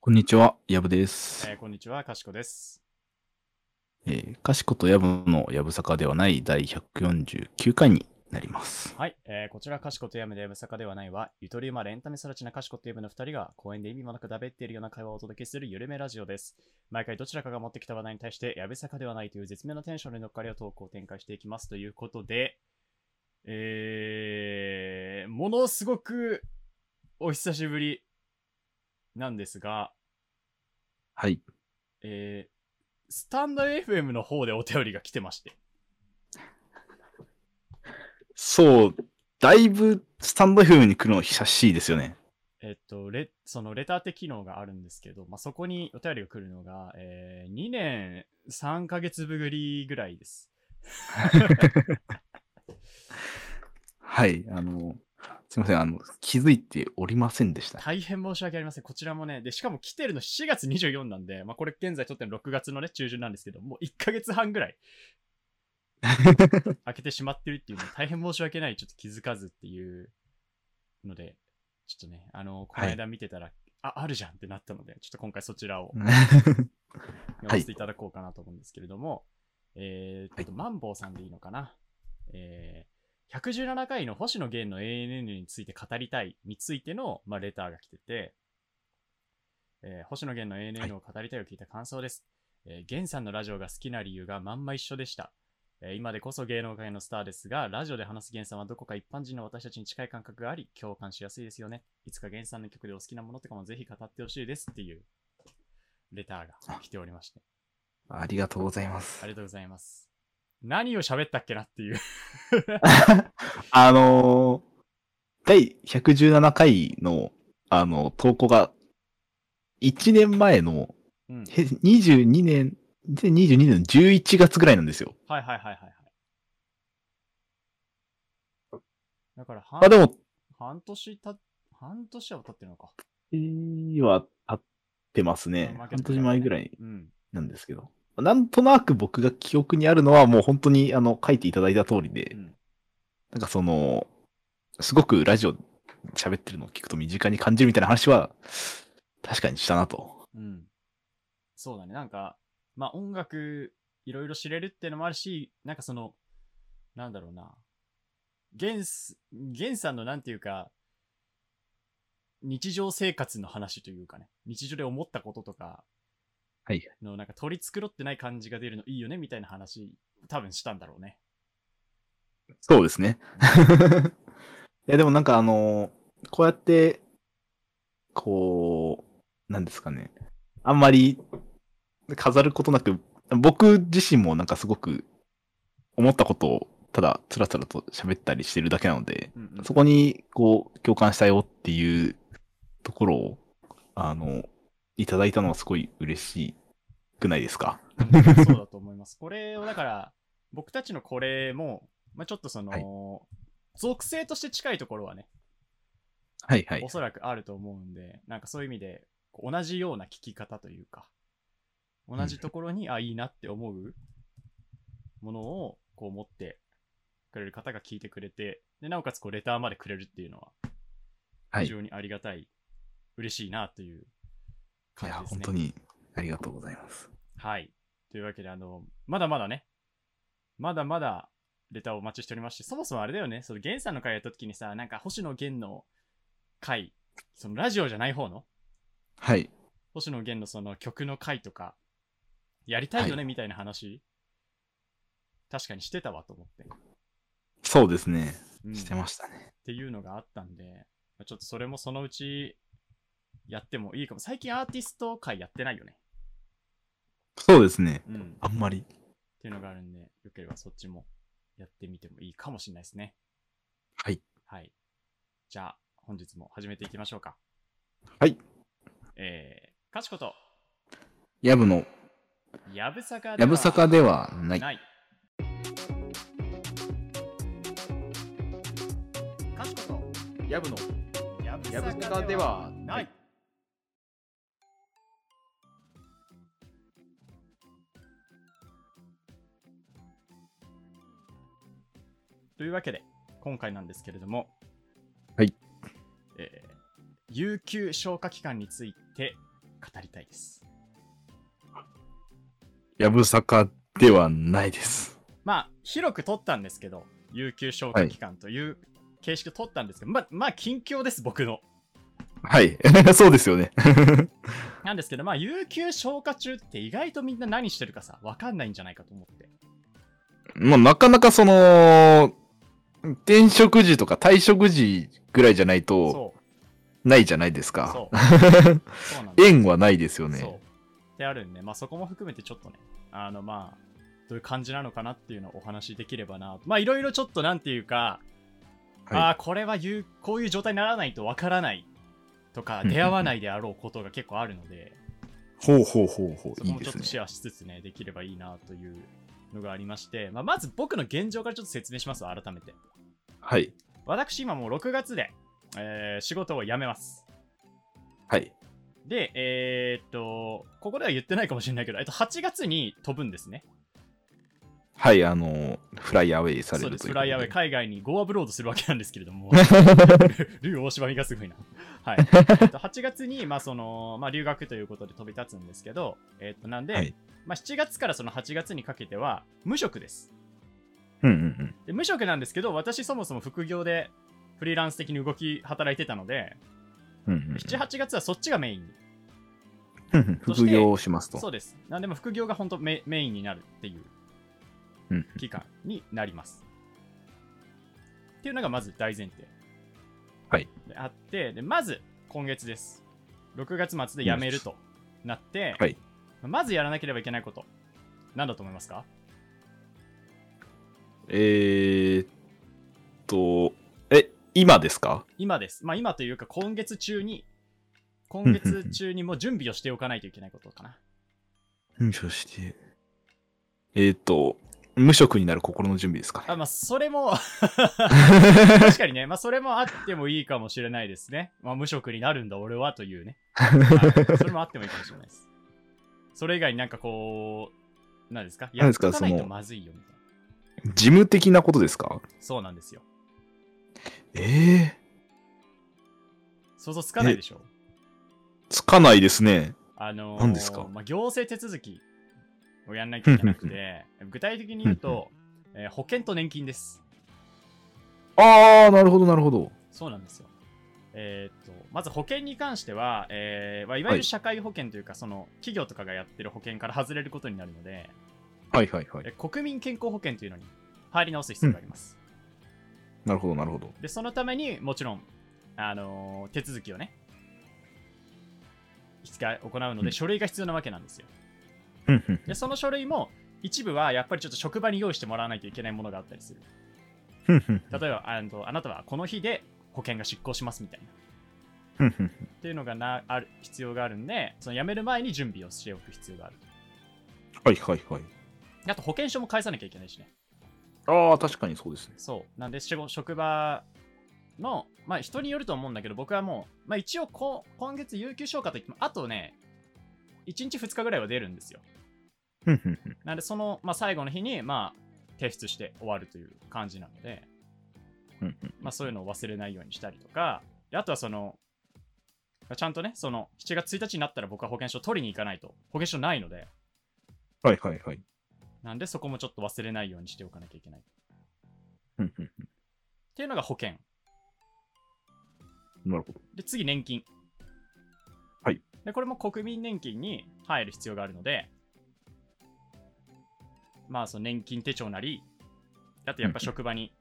こんにちは、やぶです。えーこんにちは、かしこです。えー、かしことやぶのやぶさかではない第149回になります。はい、えーこちら、かしことやむでやぶさかではないは、ゆとり馬レンタメ育ちなかしことやむの2人が公園で意味もなくだべっているような会話をお届けするゆるめラジオです。毎回どちらかが持ってきた話題に対して、やぶさかではないという絶妙なテンションで乗っかりを投稿を展開していきますということで、えー、ものすごくお久しぶりなんですが、はい。えー、スタンド FM の方でお便りが来てまして。そう、だいぶスタンド FM に来るの久しいですよね。えっと、レそのレターって機能があるんですけど、まあ、そこにお便りが来るのが、えー2年3ヶ月ぶりぐらいです。はい、あの、すいません、あの、気づいておりませんでした。大変申し訳ありません。こちらもね、で、しかも来てるの4月24なんで、まあ、これ現在撮ってるの6月のね、中旬なんですけど、もう1ヶ月半ぐらい開けてしまってるっていうの大変申し訳ない、ちょっと気づかずっていうので、ちょっとね、あの、この間見てたら、あ、あるじゃんってなったので、ちょっと今回そちらを読ませていただこうかなと思うんですけれども、えーっと、マンボウさんでいいのかな。えー、117回の星野源の ANN について語りたいについての、まあ、レターが来てて、えー星野源のはい ANN を語りたいを聞いた感想です。えー源さんのラジオが好きな理由がまんま一緒でした。えー今でこそ芸能界のスターですが、ラジオで話す源さんはどこか一般人の私たちに近い感覚があり、共感しやすいですよね。いつか源さんの曲でお好きなものとかもぜひ語ってほしいですっていうレターが来ておりまして。 ありがとうございまあすり。がとうございます。何を喋ったっけなっていう。あのー第117回の、あの、投稿が、1年前の、うん。へ22年、2022年の11月ぐらいなんですよ。はいはいはいはいはい。だから半まあでも、半年た、半年は経ってるのか。は経ってますね。まあ半年前ぐらいうん。なんですけど。なんとなく僕が記憶にあるのはもう本当にあの書いていただいた通りで、うんなんかその、すごくラジオ喋ってるのを聞くと身近に感じるみたいな話は確かにしたなと。うん。そうだね。なんか、まあ音楽いろいろ知れるっていうのもあるし、なんかその、なんだろうな。ゲンス、ゲンさんのなんていうか、日常生活の話というかね、日常で思ったこととか、はい。のなんか取り繕ってない感じが出るのいいよねみたいな話、多分したんだろうね。そうですね。 いやでもなんかあのこうやって、こう、なんですかね。あんまり飾ることなく、僕自身もなんかすごく思ったことをただつらつらと喋ったりしてるだけなので、うんうんそこにこう共感したよっていうところを、あの、いただいたのはすごい嬉しくないですか。うん そうだと思います。これをだから、僕たちのこれも、まあ、ちょっとその、はい属性として近いところはね、はいはいお。そらくあると思うんで、なんかそういう意味で、こう同じような聞き方というか、同じところに、あ、いいなって思うものを、こう持ってくれる方が聞いてくれて、で、なおかつ、こう、レターまでくれるっていうのは、は非い。い常にありがたい、嬉しいなという感じや、ですね。本当にありがとうございます。はい。というわけで、あの、まだまだね、まだまだレターをお待ちしておりまして、そもそもあれだよね、その、ゲンさんの回やった時にさ、なんか、星野源の回、その、ラジオじゃない方の、はい。星野源のその曲の回とか、やりたいよねみたいな話、確かにしてたわと思って。そうですね。うんしてましたね。っていうのがあったんで、まあちょっとそれもそのうちやってもいいかも。最近アーティスト会やってないよね。そうですね。うん。っあんまり。ていうのがあるんで、よければそっちもやってみてもいいかもしれないですね。はい。はい。じゃあ、本日も始めていきましょうか。はい。えー、かしこと、やぶの、やぶさかでやはぶさかではない。ない。かしこヤブのと、やぶヤブスカではなないい。というわけで、今回なんですけれども、はい。えー有給消化期間について語りたいです。やぶさかではないです。まあ、広く取ったんですけど、有給消化期間という形式を取ったんですけど、まあ、まあ、近況です、僕の。はい。 そうですよね。なんですけど、まあ、有給消化中って意外とみんな何してるかさ、わかんないんじゃないかと思って。まあ、なかなかその、転職時とか退職時ぐらいじゃないと、そう。ないじゃないですか そ。う。そうなんです縁はないですよそう。ね。ってあるんで、まあそこも含めてちょっとね、あのまあ、どういう感じなのかなっていうのをお話しできればな。まあいろいろちょっとなんていうか、はいああ、これは言う、こういう状態にならないとわからないとか、うんうんうん出会わないであろうことが結構あるので、ほうほうほうほ。そうこいいもでちょすっとね。シェアしつつね、できればいいなというのがありまして、まあまず僕の現状からちょっと説明しますわ、改めて。はい。私今もう6月で、えー仕事を辞めます。はい。で、えーっと、ここでは言ってないかもしれないけど、えっと、8月に飛ぶんですね。はい、あの、フライアウェイされそうるですということで。フライアウェイ海外にゴーアブロードするわけなんですけれ どもルー大芝みがすごいな、はい、えっと8月に、まあそのまあ、留学ということで飛び立つんですけど、えっとなんで、はいまあ、7月からその8月にかけては無職ですうんうんで無職なんですけど私そもそも副業でフリーランス的に動き働いてたのでうん。うんうん78月はそっちがメインにうんうん副業をしますと。そうですなんでも副業が本当メメインになるっていううん期間になります。っていうのがまず大前提。はいであって、でまず今月です。6月末で辞めるとなって、はいまずやらなければいけないこと、なんだと思いますかえーっと、え、今ですか今です。まあ今というか今月中に、今月中にもう準備をしておかないといけないことかな。そして、えーっと、無職になる心の準備ですかあね。まあそれも 確かにね、まあそれもあってもいいかもしれないですね。まあ無職になるんだ俺はというね。 はいそれもあってもいいかもしれないです。それ以外になんかこう、何ですか何やでっすとかかないとそのまずいよみたいな。事務的なことですかそうなんですよ。え想像つかないでしょー、つかないですね。あのー何ですかまあ、行政手続きをやんなきゃいけなくて、 具体的に言 うと、えー保険と年金です。あー、なるほど、なるほど。そうなんですよ。えーっとまず保険に関しては、えーまあ、いわゆはるい社会保険というか、その企業とかがやってる保険から外れることになるので、はいはいはい。え国民健康保険というのに入り直す必要があります。なるほど、なるほど。で、そのためにもちろん、あのー手続きをね、いつか行うのうで、ん書類が必要なわけなんですよ。うんうんで、その書類も、一部はやっぱりちょっと職場に用意してもらわないといけないものがあったりする。うんうん例えば、あのあなたはこの日で保険が執行しますみたいな。うんうんっていうのがなある必要があるんで、その辞める前に準備をしておく必要がある。はいはいはい。あと保険証も返さなきゃいけないしね。あー、確かにそうですね。そう。なんで、仕事職場の、まあ人によると思うんだけど、僕はもう、まあ一応こ今月有給消化といっても、あとね、1日2日ぐらいは出るんですよ。うんうんうんなんで、その、まあ最後の日に、まあ、提出して終わるという感じなので、うんうんまあそういうのを忘れないようにしたりとか、であとはその、ちゃんとね、その7月1日になったら僕は保険証取りに行かないと、保険証ないので、はいはいはい。なんでそこもちょっと忘れないようにしておかなきゃいけない。っうんうんていうのが保険。うんなるほど。で、次、年金。はい。で、これも国民年金に入る必要があるので、まあ、その年金手帳なり、あとやっぱ職場に、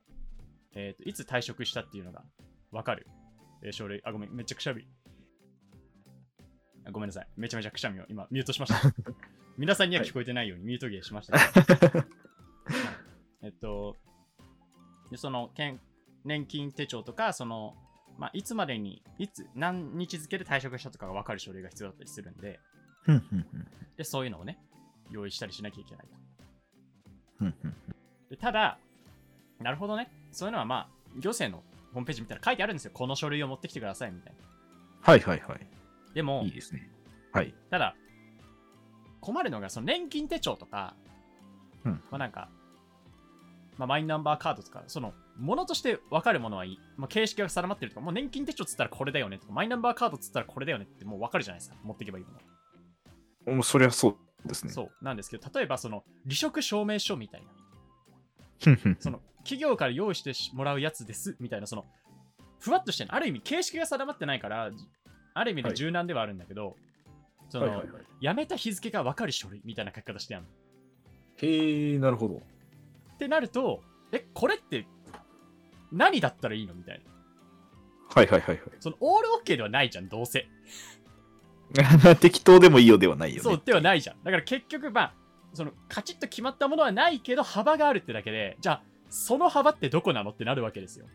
えっと、いつ退職したっていうのがわかる。えー、書類、あ、ごめん、めっちゃくしゃみ。あごめんなさい。めちゃめちゃくしゃみを今、ミュートし ました。皆さんには聞こえてないようにミュートゲーしましたけど、えっと、でそのけん年金手帳とか、その、まあ、いつまでに、いつ、何日付で退職したとかが分かる書類が必要だったりするんで、うんうんうんで、そういうのをね、用意したりしなきゃいけないと。うんうんでただ、なるほどね、そういうのはまあ、行政のホームページ見たら書いてあるんですよ。この書類を持ってきてくださいみたいな。はいはいはでもい。いい、ですね。はい。ただ、困るのが、その年金手帳とか、うんまあなんか、まあ、マイナンバーカードとか、その、ものとして分かるものはいい。まあ、形式が定まってるとか、もう年金手帳っつったらこれだよねとか、マイナンバーカードっつったらこれだよねってもう分かるじゃないですか。持っていけばいいもの。もうそりゃそうです ね。そう。なんですけど、例えばその、離職証明書みたいな。ふんふんその企業から用意してもらうやつですみたいな、そのふわっとしてるある意味形式が定まってないから、ある意味で柔軟ではあるんだけど、その、はいはいはい。辞めた日付が分かる書類みたいな書き方してやんの。へえ、なるほど。ってなると、え、これって何だったらいいのみたいな。はいはいはいそのオールオッケーではないじゃん、どうせ。はい。 適当でもいいよではないよね。そうではないじゃん。だから結局、まあ、そのカチッと決まったものはないけど、幅があるってだけで、じゃあ、その幅ってどこなのってなるわけですよ。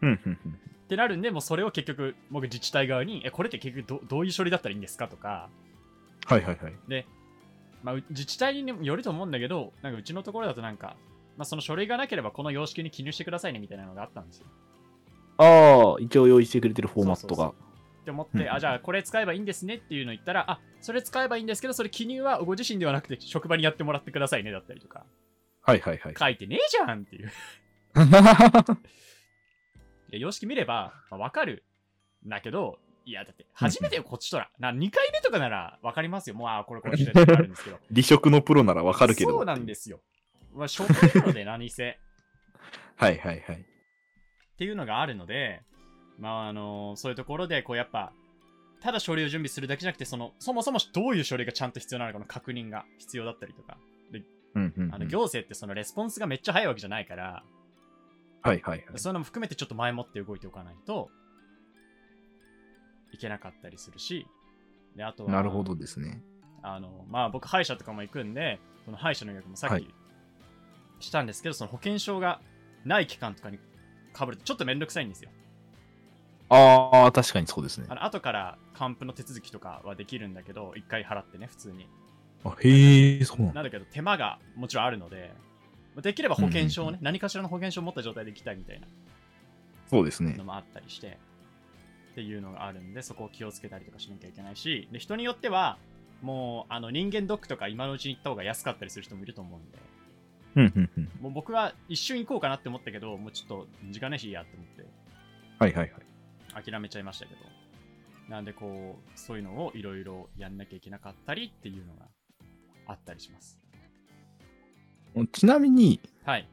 ふんふんふんってなるんで、もうそれを結局、僕自治体側に、え、これって結局どどういう処理だったらいいんですかとか、はいはいはい。まあ、う自治体によると思うんだけど、なんかうちのところだとなんか、まあ、その書類がなければこの様式に記入してくださいねみたいなのがあったんですよ。ああ、一応用意してくれてるフォーマットそうがそ。って思っうんうんて、あ、じゃあこれ使えばいいんですねっていうのを言ったら、あ、それ使えばいいんですけど、それ記入はご自身ではなくて職場にやってもらってくださいねだったりとか、はいはいはい。書いてねえじゃんっていう。 いや様式見れば、まあ、わかるんだけど、いや、だって初めてよ、こっちとら。な、2回目とかならわかりますよ。もう、あ、これこっちだよってなるんですけど。 離職のプロならわかるけど。そうなんですよ。まあ、初回なので何せ。 はいはいはい。っていうのがあるので、まああのそういうところでこうやっぱただ書類を準備するだけじゃなくてそのそもそもどういう書類がちゃんと必要なのかの確認が必要だったりとかうんうんうんあの行政ってそのレスポンスがめっちゃ早いわけじゃないから、はいはいはい。そういうのも含めてちょっと前もって動いておかないといけなかったりするしであとはなるほどですね。あのまあ僕歯医者とかも行くんでその歯医者の予約もさはっいきしたんですけど、その保険証がない期間とかにかぶるとちょっとめんどくさいんですよああ、確かにそうですねあ。の後から還付の手続きとかはできるんだけど、1回払ってね、普通に。あへえ、そうなんだ。なんだけど、手間がもちろんあるので、まあできれば保険証をね、何かしらの保険証を持った状態で行きたいみたいなそうですねの。もあったりして、っていうのがあるんで、そこを気をつけたりとかしなきゃいけないし、で人によっては、もうあの人間ドックとか今のうちに行った方が安かったりする人もいると思うんで、うんうんうん。もう僕は一瞬行こうかなって思ったけど、もうちょっと時間ないしいいやって思って、はいはいはい。諦めちゃいましたけど。なんでこう、そういうのをいろいろやんなきゃいけなかったりっていうのがあったりします。ちなみに、はい。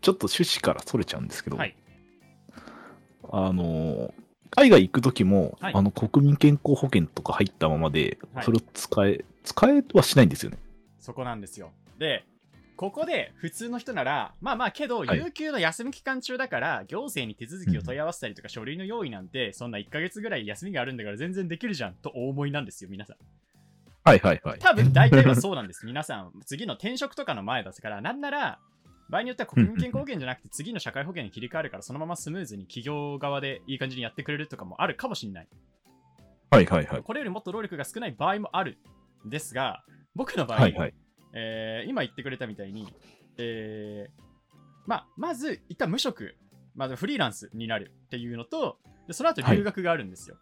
ちょっと趣旨からそれちゃうんですけど、はい。あのー海外行く時も、はいあの国民健康保険とか入ったままで、はいそれを使え、使えはしないんですよね。そこなんですよ。で、ここで普通の人なら、まあまあけど、はい有給の休み期間中だから、行政に手続きを問い合わせたりとか、書類の用意なんて、そんな1ヶ月ぐらい休みがあるんだから全然できるじゃんとお思いなんですよ、皆さん。はいはいはい。多分大体はそうなんです。皆さん、次の転職とかの前ですから、なんなら、場合によっては国民健康保険じゃなくて、次の社会保険に切り替わるから、そのままスムーズに企業側でいい感じにやってくれるとかもあるかもしれない。 はいはいはい。これよりもっと労力が少ない場合もある。ですが、僕の場合、はいはい。えー今言ってくれたみたいに、えーまあ、まず、一旦無職、まあ、フリーランスになるっていうのと、でその後留学があるんですよ。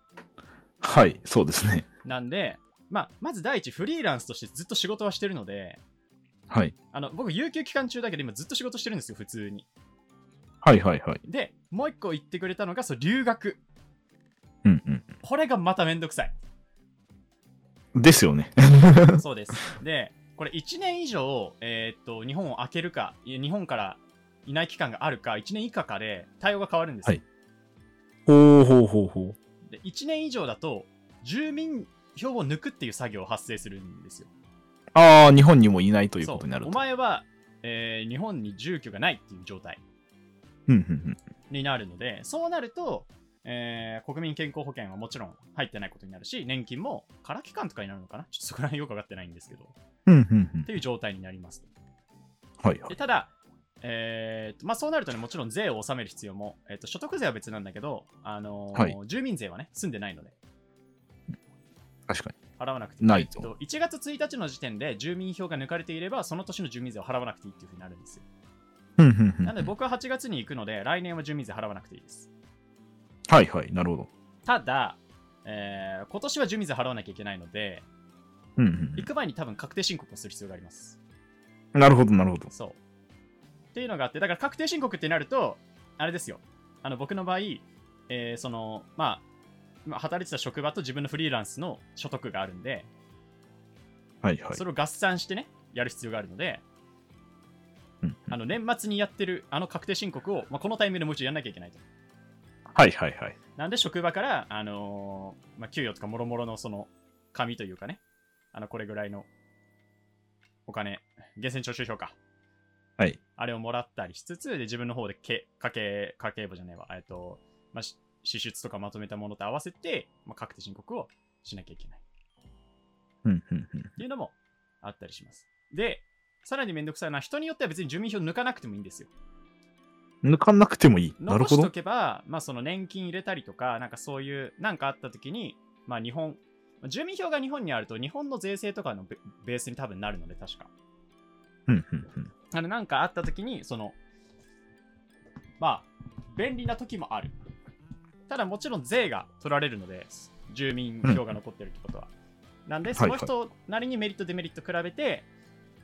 はい、そうですね。なんで、まあ、まず第一、フリーランスとしてずっと仕事はしてるので、はい。あの僕、有給期間中だけど、今ずっと仕事してるんですよ、普通に。はいはいはい。で、もう一個言ってくれたのが、そう留学。うんうこれがまためんど くさい。ん。ですよね。 そうです。で、これ1年以上、えーっと、日本を開けるか、いや日本からいない期間があるか、1年以下かで対応が変わるんですよ。はいほうほうほうほう。で、1年以上だと、住民票を抜くっていう作業を発生するんですよ。ああ、日本にもいないというそことになるおと。前は、えー日本に住居がないっていう状態。うんうんになるので、そうなると、えー国民健康保険はもちろん入ってないことになるし、年金も空期間とかになるのかなちょっとそこら辺よくわかってないんですけど、っうん。うんうんうん。ていう状態になります。はいはいで。ただ、えーとまあ、そうなるとね、もちろん税を納める必要も、えーと所得税は別なんだけど、あのーはい住民税はね、住んでないので、確かに。払わなくてないえとーと1月1日の時点で住民票が抜かれていれば、その年の住民税を払わなくていいっていうふうになるんですよ。うんうんうん。なので、僕は8月に行くので、来年は住民税払わなくていいです。はいはい、なるほど。ただ、えー今年は住民税払わなきゃいけないので、うんうん行く前に多分確定申告をする必要があります。うん。なるほど、なるほど。そう。ってっていうのがあって、だから確定申告ってなると、あれですよ。あの、僕の場合、えーその、まあ、今働いてた職場と自分のフリーランスの所得があるんで、はいはいそ。れを合算してね、やる必要があるので、うんうんあの、年末にやってる、あの確定申告を、まあ、このタイミングでもう一度やんなきゃいけないと。はいはいはい。なんで職場から、あのーまあ、給与とかもろもろのその紙というかね、あのこれぐらいのお金、源泉徴収票か、はい。あれをもらったりしつつ、で自分の方でけ家計家計簿じゃねえわ、えっとまあ、し支出とかまとめたものと合わせて、まあ、確定申告をしなきゃいけないうんうんうん。っていうのもあったりします。で、さらにめんどくさいのは、人によっては別に住民票抜かなくてもいいんですよ。抜かなくてもいい。なるほ残しとど。けば、まあ、その年金入れたりとか、なんかそういう、なんかあった時に、まあ、日本、まあ住民票が日本にあると、日本の税制とかのベベースに多分なるので、確か。うんうんうん。あの、なんかあった時に、その、まあ、便利な時もある。ただ、もちろん税が取られるので、住民票が残ってるってことは。なんで、その人なりにメリット、デメリット比べて、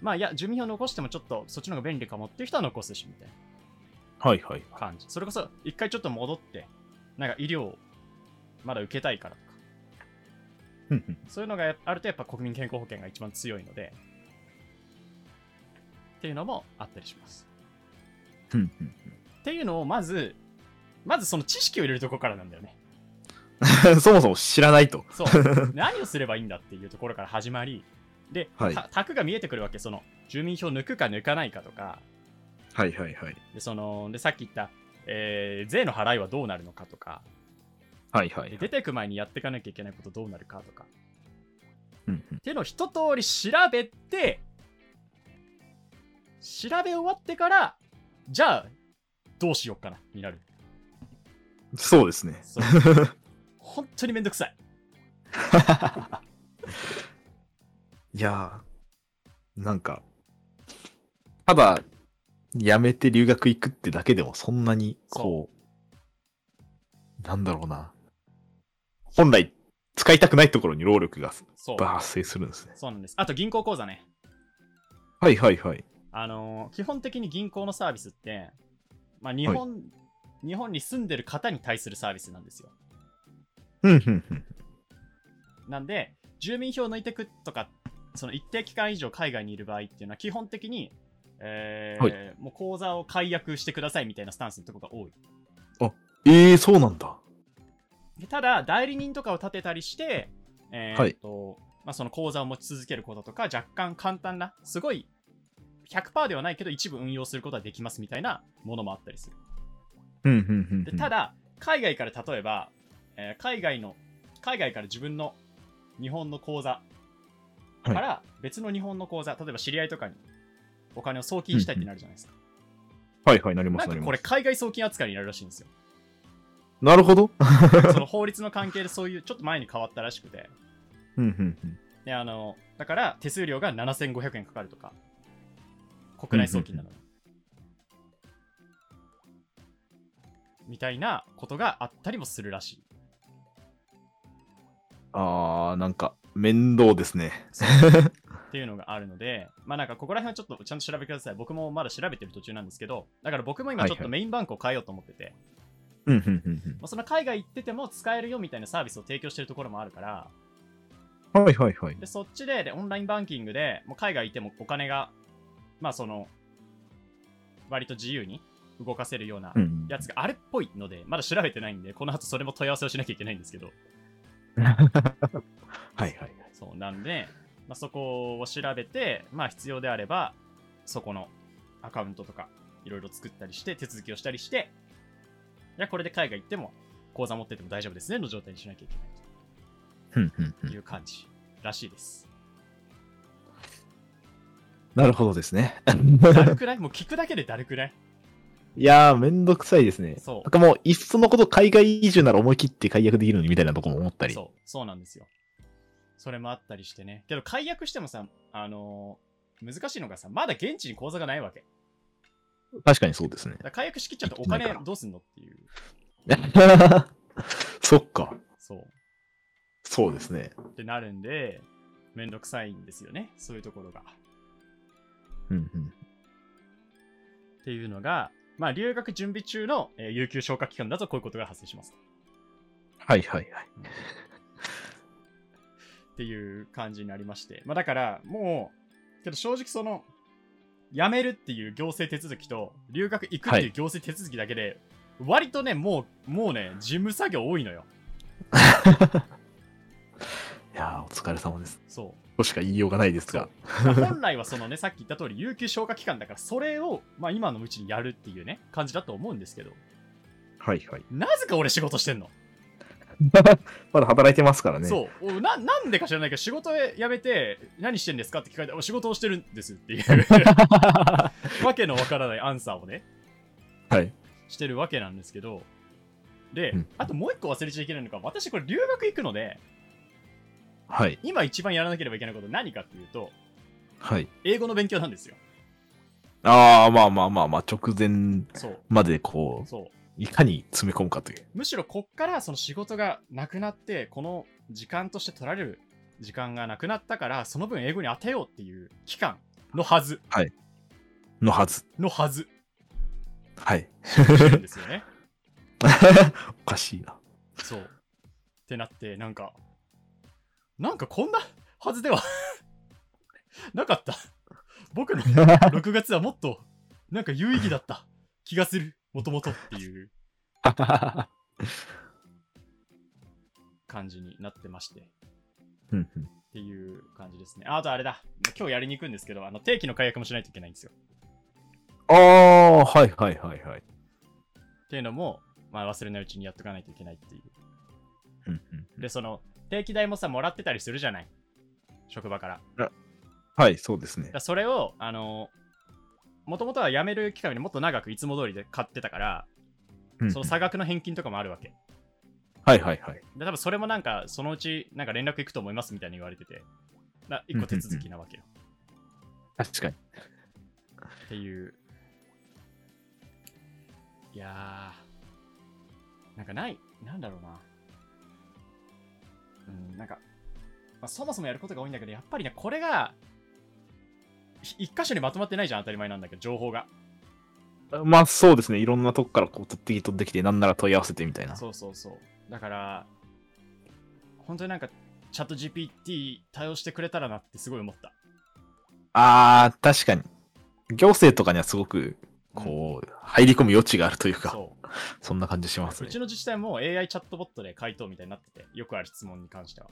まあ、いや、住民票残してもちょっとそっちの方が便利かもっていう人は残すし、みたいな。はいはい。感じそれこそ一回ちょっと戻ってなんか医療をまだ受けたいからとかうんうん。そういうのがあるとやっぱ国民健康保険が一番強いのでっていうのもあったりしますうんうん。っていうのをまずまずその知識を入れるところからなんだよね そもそも知らないと。そう 何をすればいいんだっていうところから始まりで、はいた卓が見えてくるわけその住民票抜くか抜かないかとかはいはいはい。でそのでさっき言った、えー税の払いはどうなるのかとかはいはで出てく前にやっていかなきゃいけないことどうなるかとかうんうんっていうのを一通り調べて、調べ終わってから、じゃあ、どうしようかな、になる。そうですね。 そう本当にめんどくさい。いやー、なんか、ただ、辞めて留学行くってだけでもそんなに、こう、なんだろうな。本来、使いたくないところに労力がそう。バー発生するんですね。そうなんです。あと銀行口座ね。はいはいはい。あのー基本的に銀行のサービスって、まあ、日本、日本に住んでる方に対するサービスなんですよ。うんうんうん。なんで、住民票を抜いてくとか、その一定期間以上海外にいる場合っていうのは、基本的に、えーはもう口座を解約してくださいみたいなスタンスのとこが多い。ええー、そうなんだ。でただ、代理人とかを立てたりして、えーはいっとまあ、その口座を持ち続けることとか、若干簡単な、すごい100%ではないけど、一部運用することはできますみたいなものもあったりする。うんうんうんうん。でただ、海外から例えば、えー海外の、海外から自分の日本の口座から別の日本の口座、例えば知り合いとかにお金を送金したいってなるじゃないですか。はいはい、なりまなすんなかりこまれ、す。海外送金扱いになるらしいんです よ。なるほど。なんかその法律の関係でそういう、ちょっと前に変わったらしくて。うんうんうん。であのだから手数料が7500円かかるとか国内送金なのに、みたいなことがあったりもするらしいあー、なんか、面倒ですね。っていうのがあるので まあなんかここら辺はちょっとちゃんと調べてください僕もまだ調べてる途中なんですけどだから僕も今ちょっはいはといメインバンクを変えようと思ってて、うんうんうんまあその海外行ってても使えるよみたいなサービスを提供してるところもあるからうん。はいはいはい。でそっちででオンラインバンキングでもう海外行ってもお金がまあその割と自由に動かせるようなうん。 やつがあれっぽいので、まだ調べてないんで、この後それも問い合わせをしなきゃいけないんですけど、はいはい。そうなんで、まあ、そこを調べて、まあ必要であれば、そこのアカウントとか、いろいろ作ったりして、手続きをしたりして、いや、これで海外行っても、口座持ってっても大丈夫ですね、の状態にしなきゃいけないうんうんうとんいう感じらしい です。なるほどですね。だるくないもう聞くだけでだるくない いやー、めんどくさいですね。そうなんかもう、いっそのこと海外移住なら思い切って解約できるのにみたいなとこも思ったり。そう、そうなんですよ。それもあったりしてね。けど、解約してもさ、あのー難しいのがさ、まだ現地に口座がないわけ。確かにそうですねだ。から解約しきっちゃうとお金どうすんのっていう。 そっか。そう。そうですね。ってなるんで、めんどくさいんですよね。そういうところが。うんうん。っていうのが、まあ、留学準備中の、えー有給消化期間だとこういうことが発生します。はいはいはい。っていう感じになりまして。まあだから、もう、けど正直その、辞めるっていう行政手続きと、留学行くってはいいう行政手続きだけで、割とね、もう、もうね、事務作業多いのよ。いやーお疲れ様です。そう。としか言いようがないですが。 まあ本来はそのね、さっき言った通り、有給消化期間だから、それを、まあ今のうちにやるっていうね、感じだと思うんですけど、はい はい。なぜか俺仕事してんの、まだ働いてますからね。そうおな。なんでか知らないけど、仕事辞めて、何してんですかって聞かれて、お仕事をしてるんで すっていうはわけのわからないアンサーをね、い。してるわけなんですけど、で、うんあともう一個忘れちゃいけないのが、私これ留学行くので、はい。今一番やらなければいけないこと何かっていうと、はい。英語の勉強なんですよ。ああ、まあまあまあまあ、直前そう。までこう、そう。いかに詰め込むかという。むしろこっからその仕事がなくなってこの時間として取られる時間がなくなったからその分英語に当てようっていう期間のはずのはず。のはず はい。なんですよねおかしい な。そうってなってなんかなんかこんなはずでは なかった僕の6月はもっとなんか有意義だった気がするもともとっていう感じになってましてうんうんっていう感じですねああとあれだ今日やりに行くんですけどあの定期の解約もしないといけないんですよああ、はいはいはいはい。っていうのも、まあ、忘れないうちにやっとかないといけないっていう。うんうんで、その、定期代もさ、もらってたりするじゃない職場から。だかはい、そうですね。らそれを、あの、もともとは辞める期間よりもっと長くいつも通りで買ってたから、うんうんその差額の返金とかもあるわけ。はいはいはい。で、多分それもなんか、そのうち、なんか連絡行くと思いますみたいに言われてて、な一個手続きなわけよ。確かに。っていう。いやー、なんかない、なんだろうな。うん、なんか、まあ、そもそもやることが多いんだけど、やっぱりね、これが、ひ一箇所にまとまってないじゃん、当たり前なんだけど、情報が。まあそうですね。いろんなとこからこう取ってきて取ってきて、なんなら問い合わせてみたいな。そうそうそう。だから、本当になんか、チャット GPT 対応してくれたらなってすごい思った。ああ、確かに。行政とかにはすごく、こう、入り込む余地があるというか、そそうんな感じしますうねち。の自治体も AI チャットボットで回答みたいになってて、よくある質問に関しては。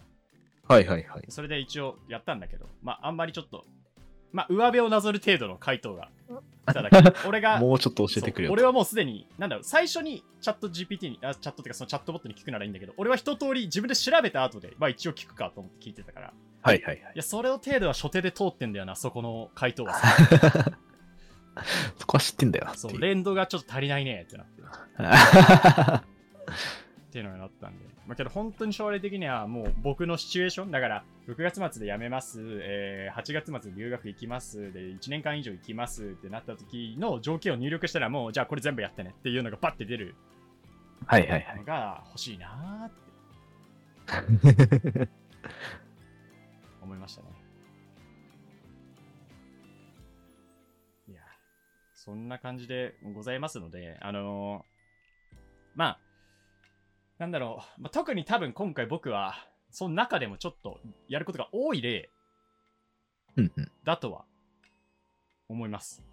はいはいはい。それで一応やったんだけど、まあ、あんまりちょっと、まあ、上辺をなぞる程度の回答が来ただけで。 俺が、もうちょっと教えてくれそうよ俺と。はもうすでに、なんだろう、最初にチャット GPT に、あチャットっていうかそのチャットボットに聞くならいいんだけど、俺は一通り自分で調べた後で、まあ一応聞くかと思って聞いてたから、いはいはいはい。や、それを程度は初手で通ってんだよな、そこの回答は。そこは知ってんだよなってそ、いうう。連動がちょっと足りないねってなって、っ はていうのになったんで。まあけど本当に将来的にはもう僕のシチュエーション、だから、6月末で辞めます、えー8月末で留学行きます、で、1年間以上行きますってなった時の条件を入力したらもう、じゃあこれ全部やってねっていうのがバッて出るいはいはい。のが欲しいなーって思いましたね。いや、そんな感じでございますので、あのーまあ、なんだろう、まあ、特に多分今回僕は、その中でもちょっとやることが多い例うんうんだとは思います。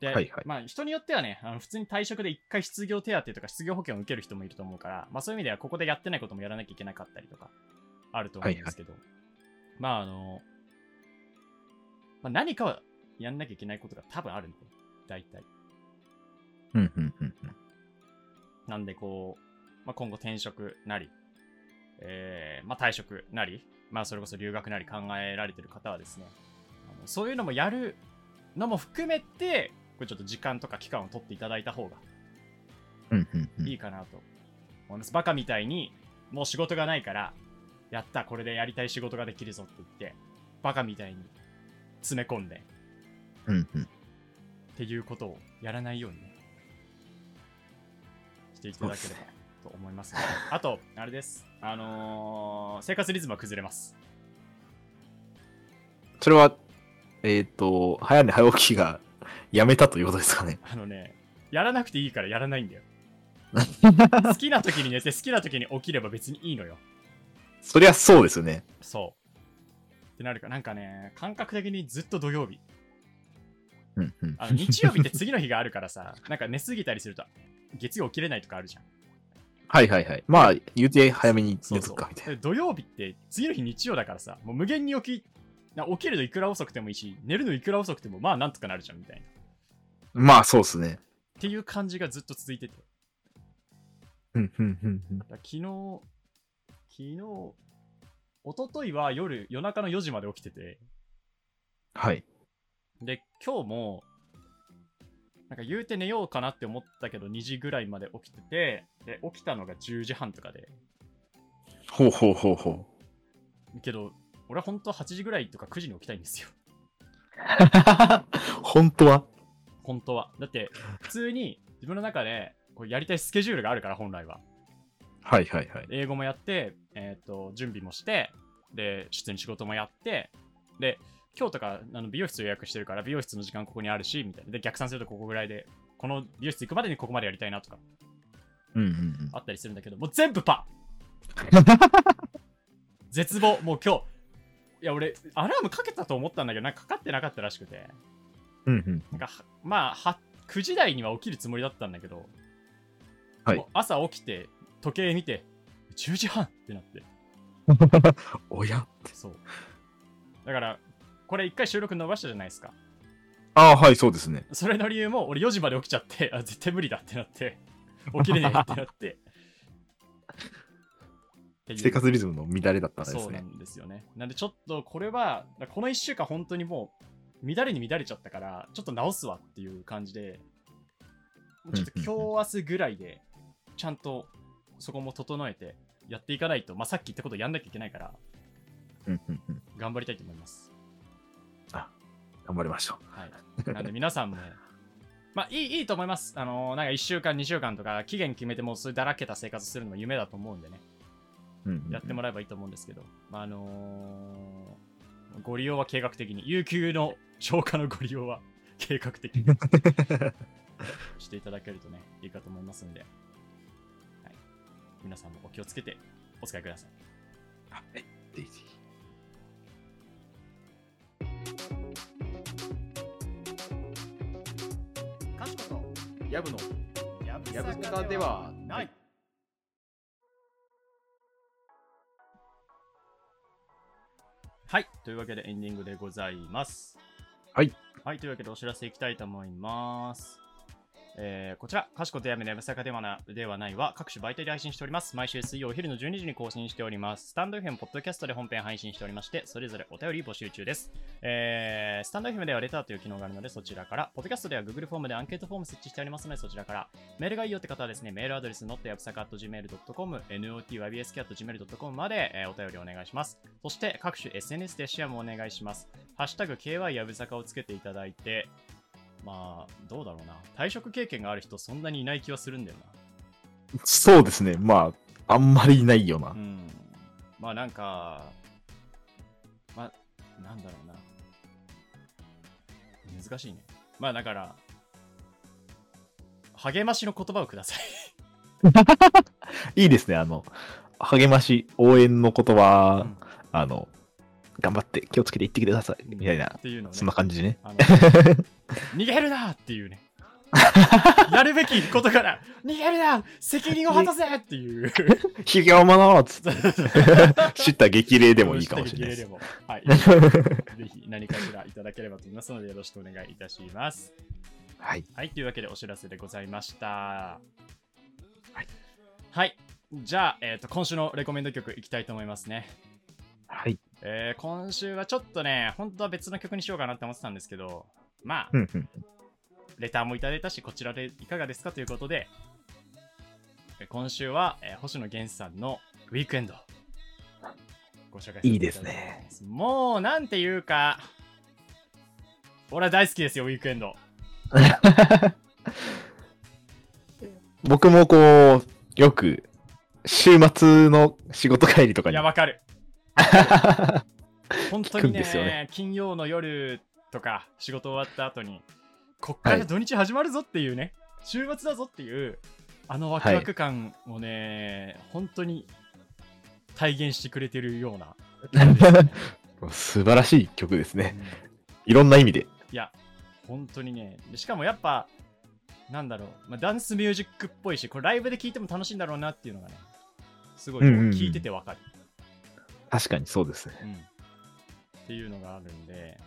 で、はいはいまあ人によってはね、あの普通に退職で一回失業手当とか失業保険を受ける人もいると思うから、まあそういう意味ではここでやってないこともやらなきゃいけなかったりとか、あると思うんですけど、まああの、まあ、何かはやんなきゃいけないことが多分あるんで、大体。うんうんうんうんなんでこう、まあ、今後転職なり、えーまあ、退職なり、まあ、それこそ留学なり考えられてる方はですね、あのそういうのもやるのも含めて、これちょっと時間とか期間を取っていただいた方がうんうんうんいいかなと思います。バカみたいに、もう仕事がないから、やった、これでやりたい仕事ができるぞって言って、バカみたいに詰め込んで、うんうんっていうことをやらないようにね、していただければと思います ので、あと、あれです。あのー生活リズムは崩れます。それは、えっ、と、早寝早起きがやめたということですかね。あのね、やらなくていいからやらない んだよ。好きな時に寝て、好きな時に起きれば別にいいのよ。そりゃそうですよね。そう。ってなるか、なんかね、感覚的にずっと土曜日。うんうん。あの日曜日って次の日があるから さ、なんか寝すぎたりすると、月曜起きれないとかあるじゃん。はいはいはい。まあ、言うて早めにそ寝うとそくうか、みたいな。で土曜日って次の日日曜だからさ、もう無限に起き、な起きるのいくら遅くてもいいし、寝るのいくら遅くてもまあなんとかなるじゃんみたいな。っまあ、そうですね。ていう感じがずっと続いてて。だかうんうんうんうん。ら昨日、昨日、一昨日は夜、夜中の4時まで起きてて、はい。で、今日も、なんか言うて寝ようかなって思ったけど、2時ぐらいまで起きてて、で、起きたのが10時半とかで。ほうほうほう ほう。けど、俺は本当は8時ぐらいとか9時に起きたいんですよ。本当は本当は。だって、普通に自分の中でこうやりたいスケジュールがあるから、本来は。はいはいはい。英語もやって、えっ、と、準備もして、で、普通に仕事もやって、で、今日とかあの美容室予約してるから、美容室の時間ここにあるし、みたいな。で、逆算するとここぐらいで、この美容室行くまでにここまでやりたいなとか、うんうんうん。あったりするんだけど、もう全部パ ー絶望もう今日。いや、俺、アラームかけたと思ったんだけど、なんかかかってなかったらしくて。うんうん。なんかはまあは9時台には起きるつもりだったんだけど、はいもう朝起きて時計見て10時半ってなって おやそうだからこれ1回収録伸ばしたじゃないですかああ、はい、そうですね。それの理由も俺4時まで起きちゃってあ絶対無理だって なって起きれねえってなってっていう生活リズムの乱れだったんですそうなね。んですよねなんでちょっとこれはだからこの1週間本当にもう乱れに乱れちゃったからちょっと直すわっていう感じでもうちょっと今日明日ぐらいでちゃんとそこも整えてやっていかないと、まあ、さっき言ったことやんなきゃいけないからうんうんうん。頑張りたいと思います、頑張りましょはい、なんで皆さんもまあいいいいと思いますあのーなんか1週間2週間とか期限決めてもうそういうだらけた生活するのも夢だと思うんでねう。うんうんうんやってもらえばいいと思うんですけど、まああのーご利用は計画的に、有給の消化のご利用は 計画 的にしていただけるとね、いいかと思いますので、はい、皆さんもお気をつけてお使いください。はいぜひぜひかしこヤブのと、やぶ。やぶさかではないはい、というわけでエンディングでございます。はい。はい、というわけでお知らせいきたいと思います。えーこちら、かしことやめのやぶさかではなではないは各種媒体で配信しております。毎週水曜お昼の12時に更新しております。スタンド FM、ポッドキャストで本編配信しておりまして、それぞれお便り募集中です。えースタンド FM ではレターという機能があるのでそちらから、ポッドキャストでは Google フォームでアンケートフォーム設置してありますのでそちらから、メールがいいよって方はですね、メールアドレス notyabsaka.gmail.com、notybsk.gmail.com まで、えーお便りお願いします。そして各種 SNS でシェアもお願いします。ハッシュタグ KY やぶさかをつけていただいて、まあ、どうだろうな。退職経験がある人そんなにいない気はするんだよな。そうですね。まあ、あんまりいないような。うん、まあなんか、まあ、なんだろうな。難しいね。まあだから、励ましの言葉をください。いいですね。あの、励まし、応援の言葉、あの、頑張って気をつけていってください。みたいなっ、ていうのをねそんな感じでね。あ の逃げるなっていうね。やるべきことから、逃げるな責任を果たせって いう。ひげをまのつ って、知った激励でもいいかもしれない知でっ す。てるゲーでもははい。ぜひ何かしらいただければと思いますので、よろしくお願いいたします。い。はい、というわけでお知らせでございました。はいい。じゃあ、えっ、と、今週のレコメンド曲いきたいと思いますね。はい。えー今週はちょっとね、本当は別の曲にしようかなって思ってたんですけど、まうあ、んうん。レターもいただいたし、こちらでいかがですかということで、えー今週は、えー星野源さんのウィークエンド。ご紹介させていいでたすだきねます。もう、なんていうか、俺は大好きですよ、ウィークエンド。僕もこう、よく、週末の仕事帰りとかいにや、わ かる。本当聞くにんですよね金曜の夜とか仕事終わった後にこっから土日始まるぞっていうね、週末だぞっていう、あのワクワク感をね、本当に体現してくれてるような。 素晴らしい曲ですね。うんいろんな意味で。いや、本当にね。でしかもやっぱ、なんだろう、まあ、ダンスミュージックっぽいし、これライブで聴いても楽しいんだろうなっていうのがね、すごいこううんうんうん聴いててわかる、確かにそうですね。うんっていうのがあるんで、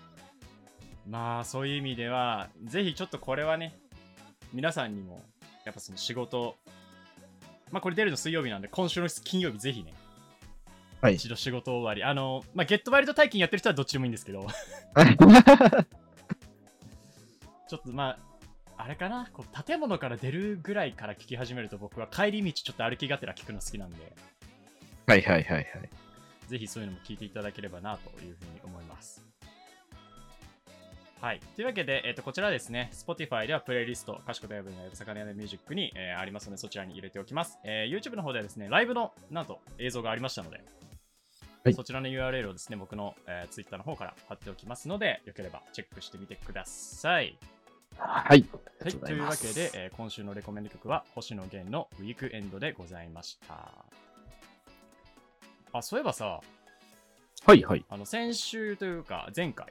まあそういう意味では、ぜひちょっとこれはね、皆さんにも、やっぱその仕事、まあこれ出るの水曜日なんで、今週の金曜日ぜひね、はい一度仕事終わり、あの、まあゲットワイルド体験やってる人はどっちでもいいんですけど、ちょっとまあ、あれかな、こう建物から出るぐらいから聞き始めると僕は帰り道ちょっと歩きがてら聞くの好きなんで、はいはいはいはい。ぜひそういうのも聞いていただければなというふうに思います。はい。というわけで、えっとこちらですね、Spotify ではプレイリスト、かしこだやぶのやぶさかねやのミュージックに、えーありますので、そちらに入れておきます、えー YouTube の方ではですね、ライブの、なんと映像がありましたので、はいそちらの URL をですね、僕の、えー Twitter の方から貼っておきますので、よければチェックしてみてください。はい。あはりがい、とうごとざいいうまわすけで、えー今週のレコメンド曲は星野源のウィークエンドでございました。あ、そういえばさ、はいはい。あの先週というか前回、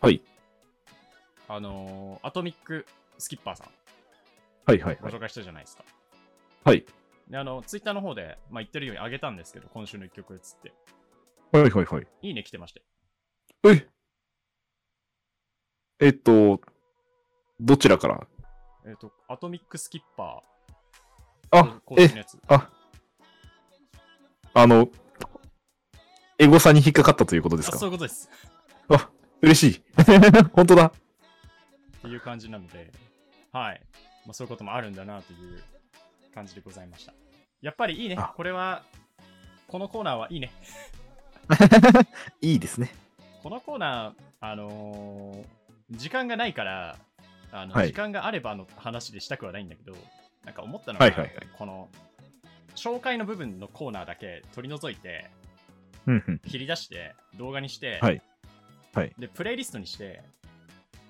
はい。あのーアトミックスキッパーさんはいはいごはい。紹介したじゃないですか。はい。で、あの、ツイッターの方で、まあ、言ってるようにあげたんですけど、今週の一曲っつって、はいはいはい。いいね来てまして。ええっと、どちらからえっ、と、アトミックスキッパーあ、公式えの、やつ。あ、あの、エゴサに引っかかったということですあ、そうかいうことです。あ、嬉しい。 本当だ。っていう感じなので、はい。まあ、そういうこともあるんだなという感じでございました。やっぱりいいねあ。これは、このコーナーはいいね。 いいですね。このコーナー、あのー時間がないから、あのはい時間があればの話でしたくはないんだけど、なんか思ったのが、はいはいはいこの、紹介の部分のコーナーだけ取り除いて、うんうん。切り出して、動画にして、はいはいで、プレイリストにして、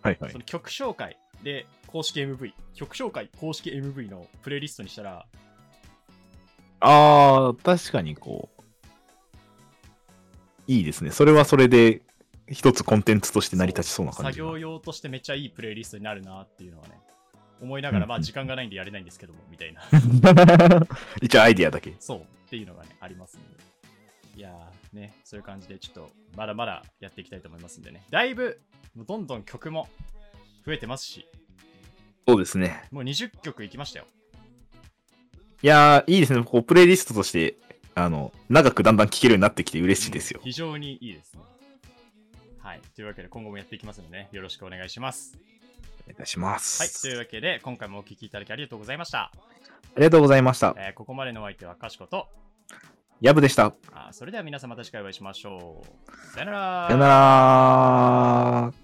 はいはそい。の曲紹介で公式 MV 曲紹介公式 MV のプレイリストにしたらあー、確かにこう、いいですね。それはそれで、一つコンテンツとして成り立ちそうな感じが。作業はい用としてめっちゃいいプレイリストになるなっていうのはね思いながら、うんまあ時間がないんでやれないんですけどもみたいな 一応アイディアだけ。そうっていうのがねありますのでいやーねそういう感じでちょっとまだまだやっていきたいと思いますんでねだいぶもうどんどん曲も増えてますしそうですね。もう20曲いきましたよいやー、いいですね。こう、プレイリストとして、あの、長くだんだん聴けるようになってきて嬉しいですようん。非常にいいですねはいというわけで今後もやっていきますので、ね、よろしくお願いしますお願いしまはい、とす。いうわけで今回もお聞きいただきありがとうございました。ありがとうございました。えーここまでのお相手はかしこと、ヤブでした。あーそれでは皆様また次回お会いしましょう。さよならさよならー。